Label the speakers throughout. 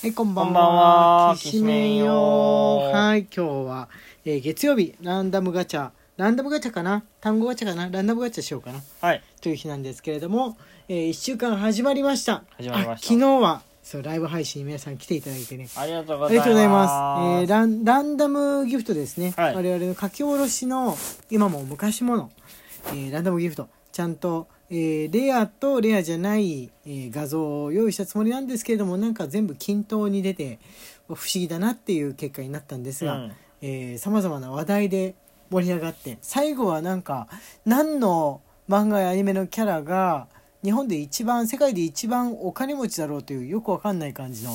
Speaker 1: はい、こんばんは。
Speaker 2: こんばんは
Speaker 1: きしめんよ。はい、今日は、えー月曜日、ランダムガチャ、ランダムガチャかな単語ガチャかなランダムガチャしようかな
Speaker 2: はい。
Speaker 1: という日なんですけれども、え1週間始まりました。
Speaker 2: 始まりました
Speaker 1: あ昨日は、そう、ライブ配信に皆さん来ていただいてね。
Speaker 2: ありがとう
Speaker 1: あ
Speaker 2: ござ
Speaker 1: り
Speaker 2: い
Speaker 1: が
Speaker 2: ます。
Speaker 1: とうございます。えーランランダムギフトですね。
Speaker 2: はい
Speaker 1: 我々の書き下ろしの今も昔もの、えーランダムギフト。ちゃんと、えーレアとレアじゃない、えー画像を用意したつもりなんですけれどもなんか全部均等に出て不思議だなっていう結果になったんです
Speaker 2: う
Speaker 1: が
Speaker 2: ん
Speaker 1: さまざまな話題で盛り上がって最後はなんか何の漫画やアニメのキャラが日本で一番世界で一番お金持ちだろうというよくわかんない感 じの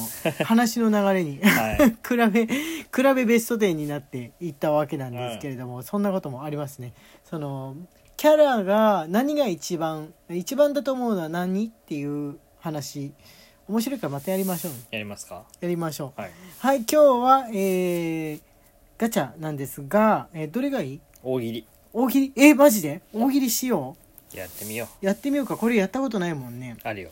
Speaker 1: 話の流れに
Speaker 2: はい。
Speaker 1: 比べ比べベスト10になっていったわけなんですけれども、そんなこともありますねそのキャラが何が一番一番だと思うのは何っていう話面白いからまたやりましょう
Speaker 2: やりますか。
Speaker 1: やりましょう
Speaker 2: はい。
Speaker 1: はい今日は、えーガチャなんですが、えーどれがいい
Speaker 2: 大喜利。
Speaker 1: 大喜利えマジで大喜利しよ
Speaker 2: やってみよ
Speaker 1: うやってみようかこれやったことないもんね
Speaker 2: う。あるよ。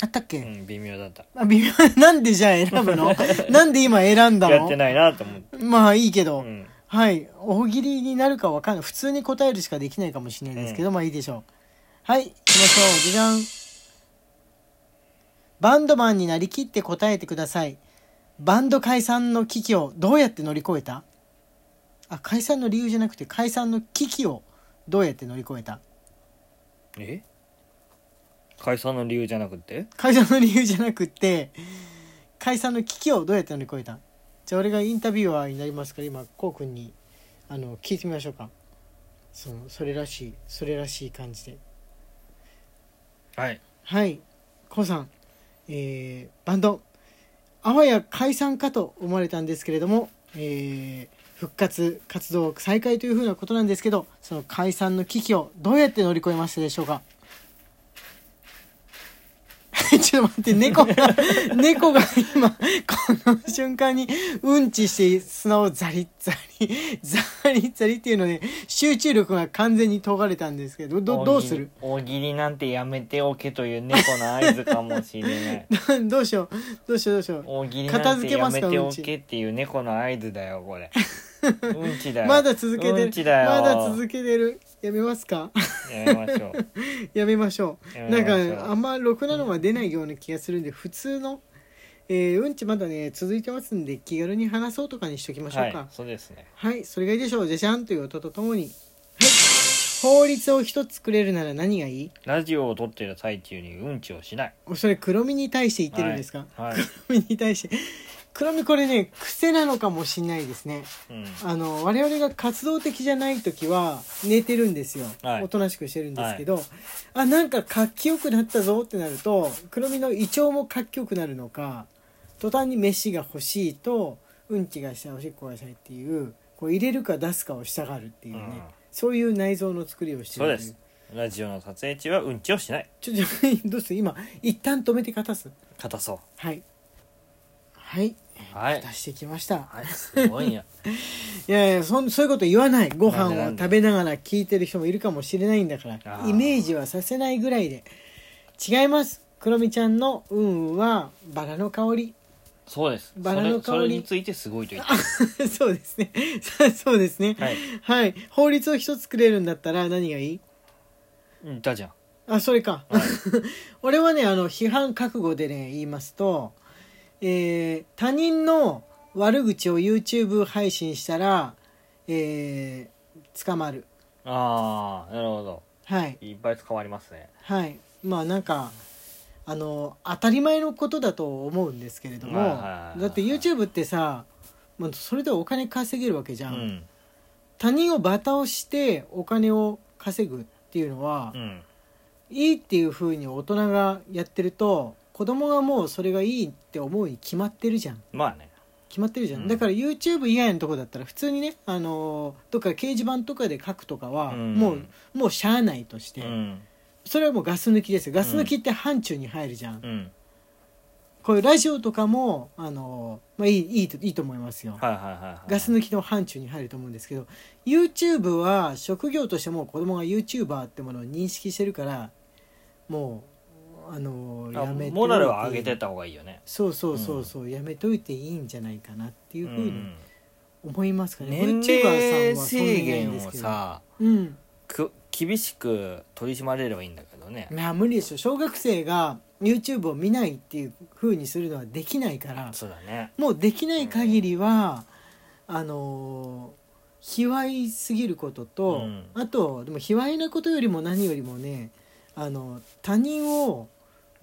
Speaker 1: あったっ
Speaker 2: う
Speaker 1: け、
Speaker 2: ん、微妙だった。
Speaker 1: あ微妙 なんでじゃあ選ぶの なんで今選んだ
Speaker 2: やって
Speaker 1: の
Speaker 2: ないなと思って。
Speaker 1: まあいいけど、
Speaker 2: うん。
Speaker 1: はい大喜利になるかわかんない普通に答えるしかできないかもしれないですけど、まあいいでしょうはい行きましょうじゃじゃんバンドマンになりきって答えてくださいバンド解散の危機をどうやって乗り越えたあ解散の理由じゃなくて解散の危機をどうやって乗り越えた
Speaker 2: え解散の理由じゃなくて
Speaker 1: 解散の理由じゃなくて解散の危機をどうやって乗り越えたじゃあ俺がインタビュアーになりますから今こうくんにあの聞いてみましょうかそのそれらしいそれらしい感じで
Speaker 2: はい。
Speaker 1: はいこうさん、えーバンドあわや解散かと思われたんですけれども、えー復活活動再開というふうなことなんですけどその解散の危機をどうやって乗り越えましたでしょうか ちょっと待って猫が 猫が今この瞬間にうんちして砂をザリッザリザリッザリっていうので集中力が完全に研がれたんですけどどどうする
Speaker 2: 大喜利大喜利なんてやめておけという猫の合図かもしれ ない。
Speaker 1: どうしようどうしようどうしよう
Speaker 2: 大喜利なんてやめておけっていう猫の合図だよ、これ。うんちだよ。
Speaker 1: まだ続けてる、
Speaker 2: うんちだよ。
Speaker 1: まだ続けてるやめますか
Speaker 2: やめましょう。
Speaker 1: やめましょう
Speaker 2: や
Speaker 1: な
Speaker 2: め
Speaker 1: ん
Speaker 2: ましょう
Speaker 1: かあんまろくなのは出ないような気がするんで普通の、えーうんちまだね続いてますんで気軽に話そうとかにしときましょ
Speaker 2: は
Speaker 1: うか
Speaker 2: い、そうですね。
Speaker 1: はい、それがいいでしょうじゃじゃんという音とともに、はい、法律を一つ作れるなら何がいい
Speaker 2: ラジオを撮ってる最中にうんちをしない。
Speaker 1: おそれ黒身に対して言ってるんですか、
Speaker 2: はい。はい
Speaker 1: 黒身に対して黒身これね癖なのかもしんないですね
Speaker 2: うん。
Speaker 1: あの我々が活動的じゃない時は寝てるんですよ、
Speaker 2: はい
Speaker 1: おとなしくしてるんですけど、あなんか活気よくなったぞってなると黒身の胃腸も活気よくなるのか途端に飯が欲しいとうんちがしたいおしっこがしたいっていうこう入れるか出すかをしたがるっていうね、
Speaker 2: うん
Speaker 1: そういう内臓の作りをして
Speaker 2: そう
Speaker 1: る
Speaker 2: で
Speaker 1: とい
Speaker 2: す。ラジオの撮影中はうんちをしない。
Speaker 1: ちょっとどうする今一旦止めて片す
Speaker 2: 硬そ
Speaker 1: はいはい、
Speaker 2: う。はい。
Speaker 1: 出してきました
Speaker 2: はい、すごいや。
Speaker 1: いやいやそんそういうこと言わないご飯
Speaker 2: なんでな
Speaker 1: を
Speaker 2: んで
Speaker 1: 食べながら聞いてる人もいるかもしれないんだか
Speaker 2: あ
Speaker 1: ら
Speaker 2: ー
Speaker 1: イメージはさせないぐらいで違いますクロミちゃんの「うんうん」はバラの香り
Speaker 2: そうです。
Speaker 1: バラの香り
Speaker 2: それそれについてすごいと言ってま
Speaker 1: そうですね さそうですね
Speaker 2: す。はい。
Speaker 1: はい法律を一つ作れるんだったら何がいい
Speaker 2: うんだじゃん。
Speaker 1: あそれか、 俺はねあの批判覚悟でね言いますと、えー他人の悪口を YouTube 配信したら、えー捕まる
Speaker 2: ああ、なるほど。
Speaker 1: はい
Speaker 2: いっぱい捕まりますね。
Speaker 1: はい、まあなんかあの当たり前のことだと思うんですけれども、
Speaker 2: はいはいはいはい
Speaker 1: だって YouTube ってさ、まあ、それでお金稼げるわけじ
Speaker 2: う
Speaker 1: ゃん、
Speaker 2: ん。
Speaker 1: 他人をバタをしてお金を稼ぐっていうのは、
Speaker 2: うん。
Speaker 1: いいっていうふうに大人がやってると子供がもうそれがいいって思うに決まってるじゃん
Speaker 2: まあね。
Speaker 1: 決まってるじゃん、
Speaker 2: うん
Speaker 1: だから YouTube 以外のとこだったら普通にね、あのどっか掲示板とかで書くとかは、
Speaker 2: うん
Speaker 1: もうもうしゃあないとして、
Speaker 2: うん。
Speaker 1: それはもうガス抜きですよガス抜きって範疇に入るじゃん
Speaker 2: うん。
Speaker 1: こういうラジオとかもあの、まあ、いいいいといいと思いますよ、
Speaker 2: はいはいはいはい。
Speaker 1: ガス
Speaker 2: き。
Speaker 1: 抜きの範疇に入ると思うんですけど YouTube は職業としてもう子供が YouTuber ってものを認識してるからもうあの
Speaker 2: あ
Speaker 1: やめておいて
Speaker 2: モラルは上げてた方がいいよね
Speaker 1: そうそうそうそう、やめといていいんじゃないかなっていうふうに
Speaker 2: ん
Speaker 1: 思いますかね、
Speaker 2: 年
Speaker 1: VTuber さん
Speaker 2: 齢
Speaker 1: はそんなに
Speaker 2: 制
Speaker 1: いないん
Speaker 2: 限
Speaker 1: です
Speaker 2: を
Speaker 1: けど
Speaker 2: さ
Speaker 1: うん
Speaker 2: く厳しく取り締まれればいいんだけどね
Speaker 1: いや無理でしょ小学生が YouTube を見ないっていうふうにするのはできないから
Speaker 2: そうだね
Speaker 1: もうできない限りは、あのー卑猥すぎることと、
Speaker 2: うん
Speaker 1: あとでも卑猥なことよりも何よりもねあの他人を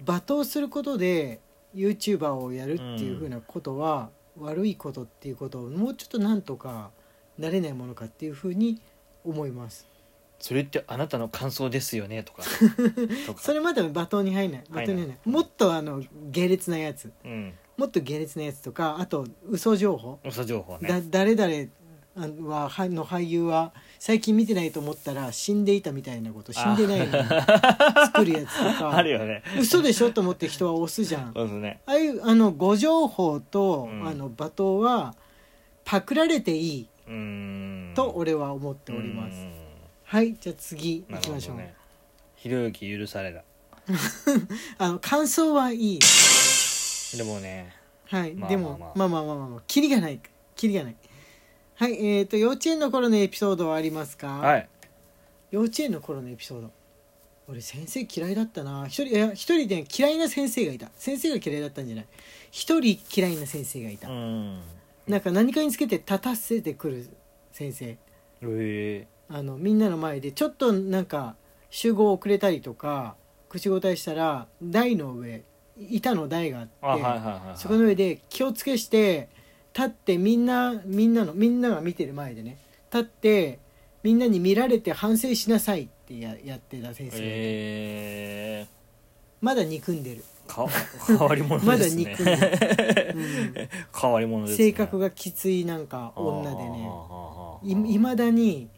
Speaker 1: 罵倒することで YouTuber をやるっていうふうなことは、悪いことっていうことをもうちょっとなんとかなれないものかっていうふうに思います
Speaker 2: それってあなたの感想ですよね とかとか
Speaker 1: それまでは罵倒に入んない罵倒に入ん
Speaker 2: 入ん
Speaker 1: な
Speaker 2: ないい
Speaker 1: もっとあの下劣なやつ
Speaker 2: うん
Speaker 1: もっと下劣なやつとかあと嘘情報
Speaker 2: 嘘情報
Speaker 1: だ
Speaker 2: ね
Speaker 1: 誰々あのははの俳優は最近見てないと思ったら死んでいたみたいなこと死んでないのに作るやつとか
Speaker 2: あるよね
Speaker 1: 嘘でしょと思って人は押すじゃんあ
Speaker 2: そうですね
Speaker 1: あいうあの誤情報と、
Speaker 2: うん
Speaker 1: あの罵倒はパクられていいう
Speaker 2: ーん
Speaker 1: と俺は思っております、
Speaker 2: うーん
Speaker 1: はいじゃあ次行
Speaker 2: なる
Speaker 1: きま
Speaker 2: ほ
Speaker 1: しょ
Speaker 2: ど
Speaker 1: う、
Speaker 2: ねひろゆき許された
Speaker 1: あの感想はいい
Speaker 2: でもね
Speaker 1: はい、
Speaker 2: まあ
Speaker 1: でも
Speaker 2: まあ
Speaker 1: まあまあまあまあまあキリがないキリがないはいえっ、と幼稚園の頃のエピソードはありますか
Speaker 2: はい
Speaker 1: 幼稚園の頃のエピソード俺先生嫌いだったな一人いや一人で嫌いな先生がいた先生が嫌いだったんじゃない一人嫌いな先生がいた、
Speaker 2: うん
Speaker 1: なんか何かにつけて立たせてくる先生
Speaker 2: え
Speaker 1: あのみんなの前でちょっとなんか集合遅れたりとか口答えしたら台の上板の台があって
Speaker 2: あはいはいはいはい
Speaker 1: そこの上で気をつけして立ってみんなみんなのみんなが見てる前でね立ってみんなに見られて反省しなさいってややってた先生、
Speaker 2: え
Speaker 1: まだ憎ん でる、
Speaker 2: ーか変わり者
Speaker 1: ま
Speaker 2: で
Speaker 1: だ
Speaker 2: す
Speaker 1: 憎ん
Speaker 2: ね
Speaker 1: でる、
Speaker 2: 変わり者
Speaker 1: う
Speaker 2: で
Speaker 1: ん
Speaker 2: すね
Speaker 1: 性格がきついなんか女でねい
Speaker 2: 今
Speaker 1: まだに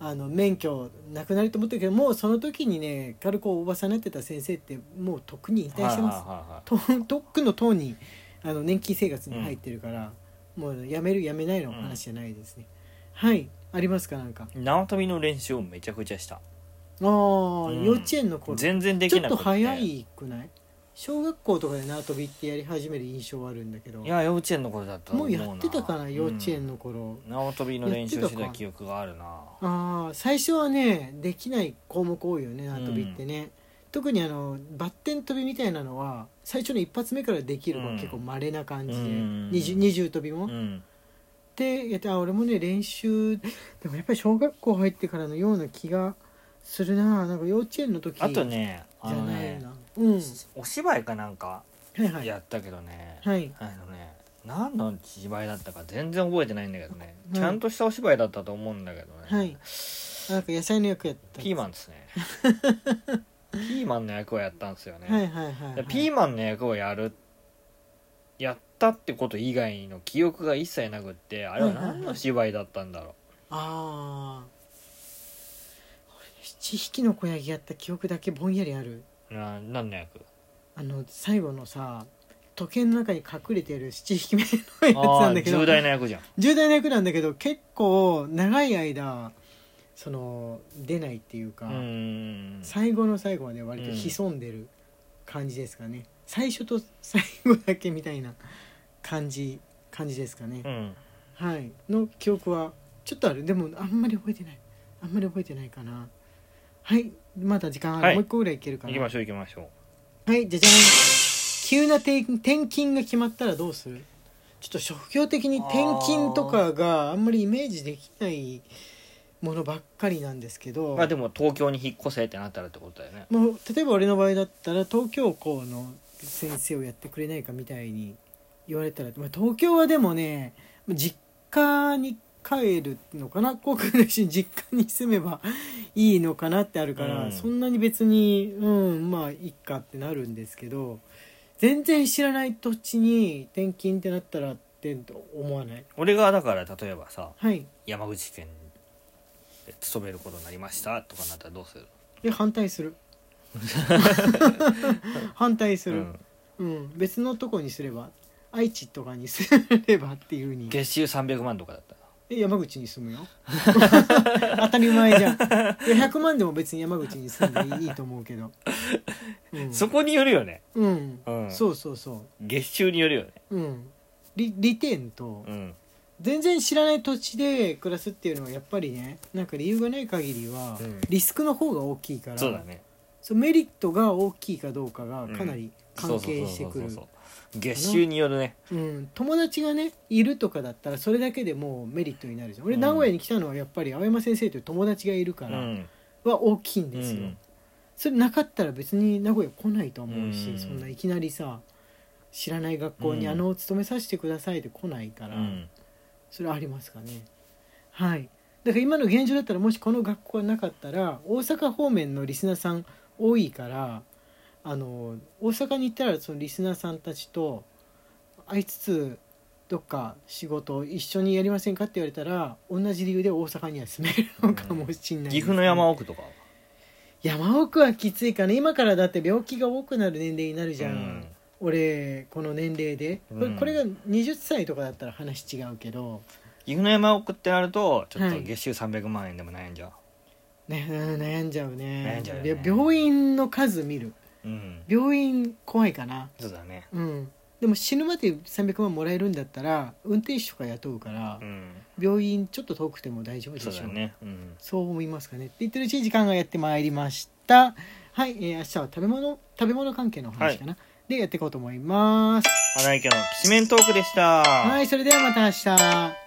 Speaker 1: あの免許なくなると思ったけどもうその時にね軽くおばさんになってた先生ってもうとっくに引退してます
Speaker 2: ま
Speaker 1: と とっくのとうにあの年金生活に入ってるから、もうやめるやめないの話じゃないですね、はいありますかなんかあ
Speaker 2: 縄跳びの練習をめちゃくちゃした
Speaker 1: あー、
Speaker 2: うん
Speaker 1: 幼稚園の頃ち
Speaker 2: 全然でき
Speaker 1: ょっ
Speaker 2: なく
Speaker 1: と
Speaker 2: て
Speaker 1: 早いくない小学校とかで縄跳びってやり始める印象はあるんだけど
Speaker 2: いや幼稚園の頃だったと
Speaker 1: も
Speaker 2: 思
Speaker 1: うやってたかな幼稚園
Speaker 2: の
Speaker 1: の頃、
Speaker 2: 縄跳びの練習して
Speaker 1: やってた
Speaker 2: た
Speaker 1: か
Speaker 2: 記憶があるな
Speaker 1: ああ最初はねできない項目多いよね縄跳びってね、特にあのバッテン跳びみたいなのは最初の一発目からできるのは結構まれな感じで、
Speaker 2: うん
Speaker 1: 二重二重跳びも、
Speaker 2: うん
Speaker 1: でやってあ俺もね練習でもやっぱり小学校入ってからのような気がするななんか幼稚園の時
Speaker 2: あとね
Speaker 1: じ
Speaker 2: あ
Speaker 1: ゃ
Speaker 2: の
Speaker 1: ない
Speaker 2: ね
Speaker 1: な、うんは
Speaker 2: お芝居かなんか
Speaker 1: いはい
Speaker 2: やったけどね
Speaker 1: はい
Speaker 2: あのね何の芝居だったか全然覚えてないんだけどね
Speaker 1: うん
Speaker 2: ちゃんとしたお芝居だったと思うんだけどね
Speaker 1: はいあなんか野菜の役やった
Speaker 2: ピー
Speaker 1: マ
Speaker 2: マンですね ピーマンの役をやったんですよね、
Speaker 1: はいはいはい、はい、
Speaker 2: でピーマンの役をやるやったってこと以外の記憶が一切なくってあれは何の芝居だったんだろう、
Speaker 1: ああ俺七匹の子ヤギやった記憶だけぼんやりある
Speaker 2: な何 の役
Speaker 1: あの最後のさ時計の中に隠れてる七匹目のやつ
Speaker 2: あ
Speaker 1: な
Speaker 2: あ
Speaker 1: んだけど
Speaker 2: 重大な役じゃん
Speaker 1: 重大な役なんだけど結構長い間その出ないっていうか、
Speaker 2: うーん
Speaker 1: 最後の最後はね割と潜んでる感じですかね、最初と最後だけみたいな感じ感じですかね
Speaker 2: う、ん
Speaker 1: はいの記憶はちょっとあるでもあんまり覚えてないあんまり覚えてないかなはいまだ時間ある、
Speaker 2: はい
Speaker 1: もう一個ぐらいいけるかな
Speaker 2: 行きましょう行きましょう
Speaker 1: はいじゃじゃん急な転転勤が決まったらどうするちょっと職業的に転勤とかがあんまりイメージできないものばっかりなんですけど
Speaker 2: まあでも東京に引っ越せってなったらってことだよね
Speaker 1: もう例えば俺の場合だったら東京校の先生をやってくれないかみたいに言われたら、まあ、東京はでもね実家に帰るのかな航空だし実家に住めばいいのかなってあるから、
Speaker 2: うん
Speaker 1: そんなに別にうんまあいっかってなるんですけど全然知らない土地に転勤ってなったらって思わない
Speaker 2: 俺がだから例えばさ
Speaker 1: はい
Speaker 2: 山口県で勤めることになりましたとかなったらどうする
Speaker 1: で反対 する反対する、
Speaker 2: うん
Speaker 1: うん、別のとこにすれば愛知とかにすればっていうふうに
Speaker 2: 月収300万とかだったら
Speaker 1: え山口に住むよ 当たり前じゃんいや100万でも別に山口に住んでいいと思うけど、うん、
Speaker 2: そこによるよね
Speaker 1: うん、
Speaker 2: うん
Speaker 1: そうそうそ
Speaker 2: 月収によるよね
Speaker 1: ううん利利点と
Speaker 2: うん
Speaker 1: 全然知らない土地で暮らすっていうのはやっぱりねなんか理由がない限りは
Speaker 2: うん
Speaker 1: リスクの方が大きいから、
Speaker 2: そうだね
Speaker 1: そうメリットが大きいかどうかがかなり関係してくる
Speaker 2: そうそうそうそうそう月収によるね
Speaker 1: うん友達がねいるとかだったらそれだけでもうメリットになるじゃん俺
Speaker 2: うん
Speaker 1: 名古屋に来たのはやっぱり青山先生という友達がいるか
Speaker 2: う
Speaker 1: ら
Speaker 2: ん
Speaker 1: は大きいん
Speaker 2: う
Speaker 1: ですよ、
Speaker 2: ん
Speaker 1: それなかったら別に名古屋来ないと思うし、
Speaker 2: うん
Speaker 1: そんないきなりさ知らない学校に
Speaker 2: うん
Speaker 1: あのお勤めさせてくださいって来ないか
Speaker 2: う
Speaker 1: ら、
Speaker 2: ん
Speaker 1: それありますかねはいだから今の現状だったらもしこの学校がなかったら大阪方面のリスナーさん多いからあの大阪に行ったらそのリスナーさんたちと会いつつどっか仕事を一緒にやりませんかって言われたら同じ理由で大阪には住めるのかもしれないですね、
Speaker 2: 岐阜の山奥とかは
Speaker 1: 山奥はきついかね今からだって病気が多くなる年齢になるじゃん、
Speaker 2: うん
Speaker 1: 俺この年齢で、これ
Speaker 2: うん
Speaker 1: これが20歳とかだったら話違うけど、
Speaker 2: 岐阜の山奥ってなるとちょっ
Speaker 1: は
Speaker 2: と
Speaker 1: い
Speaker 2: 月収300万円でも悩んじゃ
Speaker 1: ね、うん悩んじゃうね
Speaker 2: 悩んじゃうよ
Speaker 1: いや
Speaker 2: ね
Speaker 1: 病院の数見る
Speaker 2: ううん
Speaker 1: 病院怖いかな
Speaker 2: そうだね
Speaker 1: うんでも死ぬまで300万もらえるんだったら運転手とか雇うから、
Speaker 2: うん
Speaker 1: 病院ちょっと遠くても大丈夫でし
Speaker 2: そ
Speaker 1: ょ
Speaker 2: うだねうん
Speaker 1: そう思いますかねって言ってるうちに時間がやってまいりましたはい、えー明日は食べ物食べ物関係の話かな、でやっていこうと思います
Speaker 2: 花池のきしめんトークでした
Speaker 1: はいそれではまた明日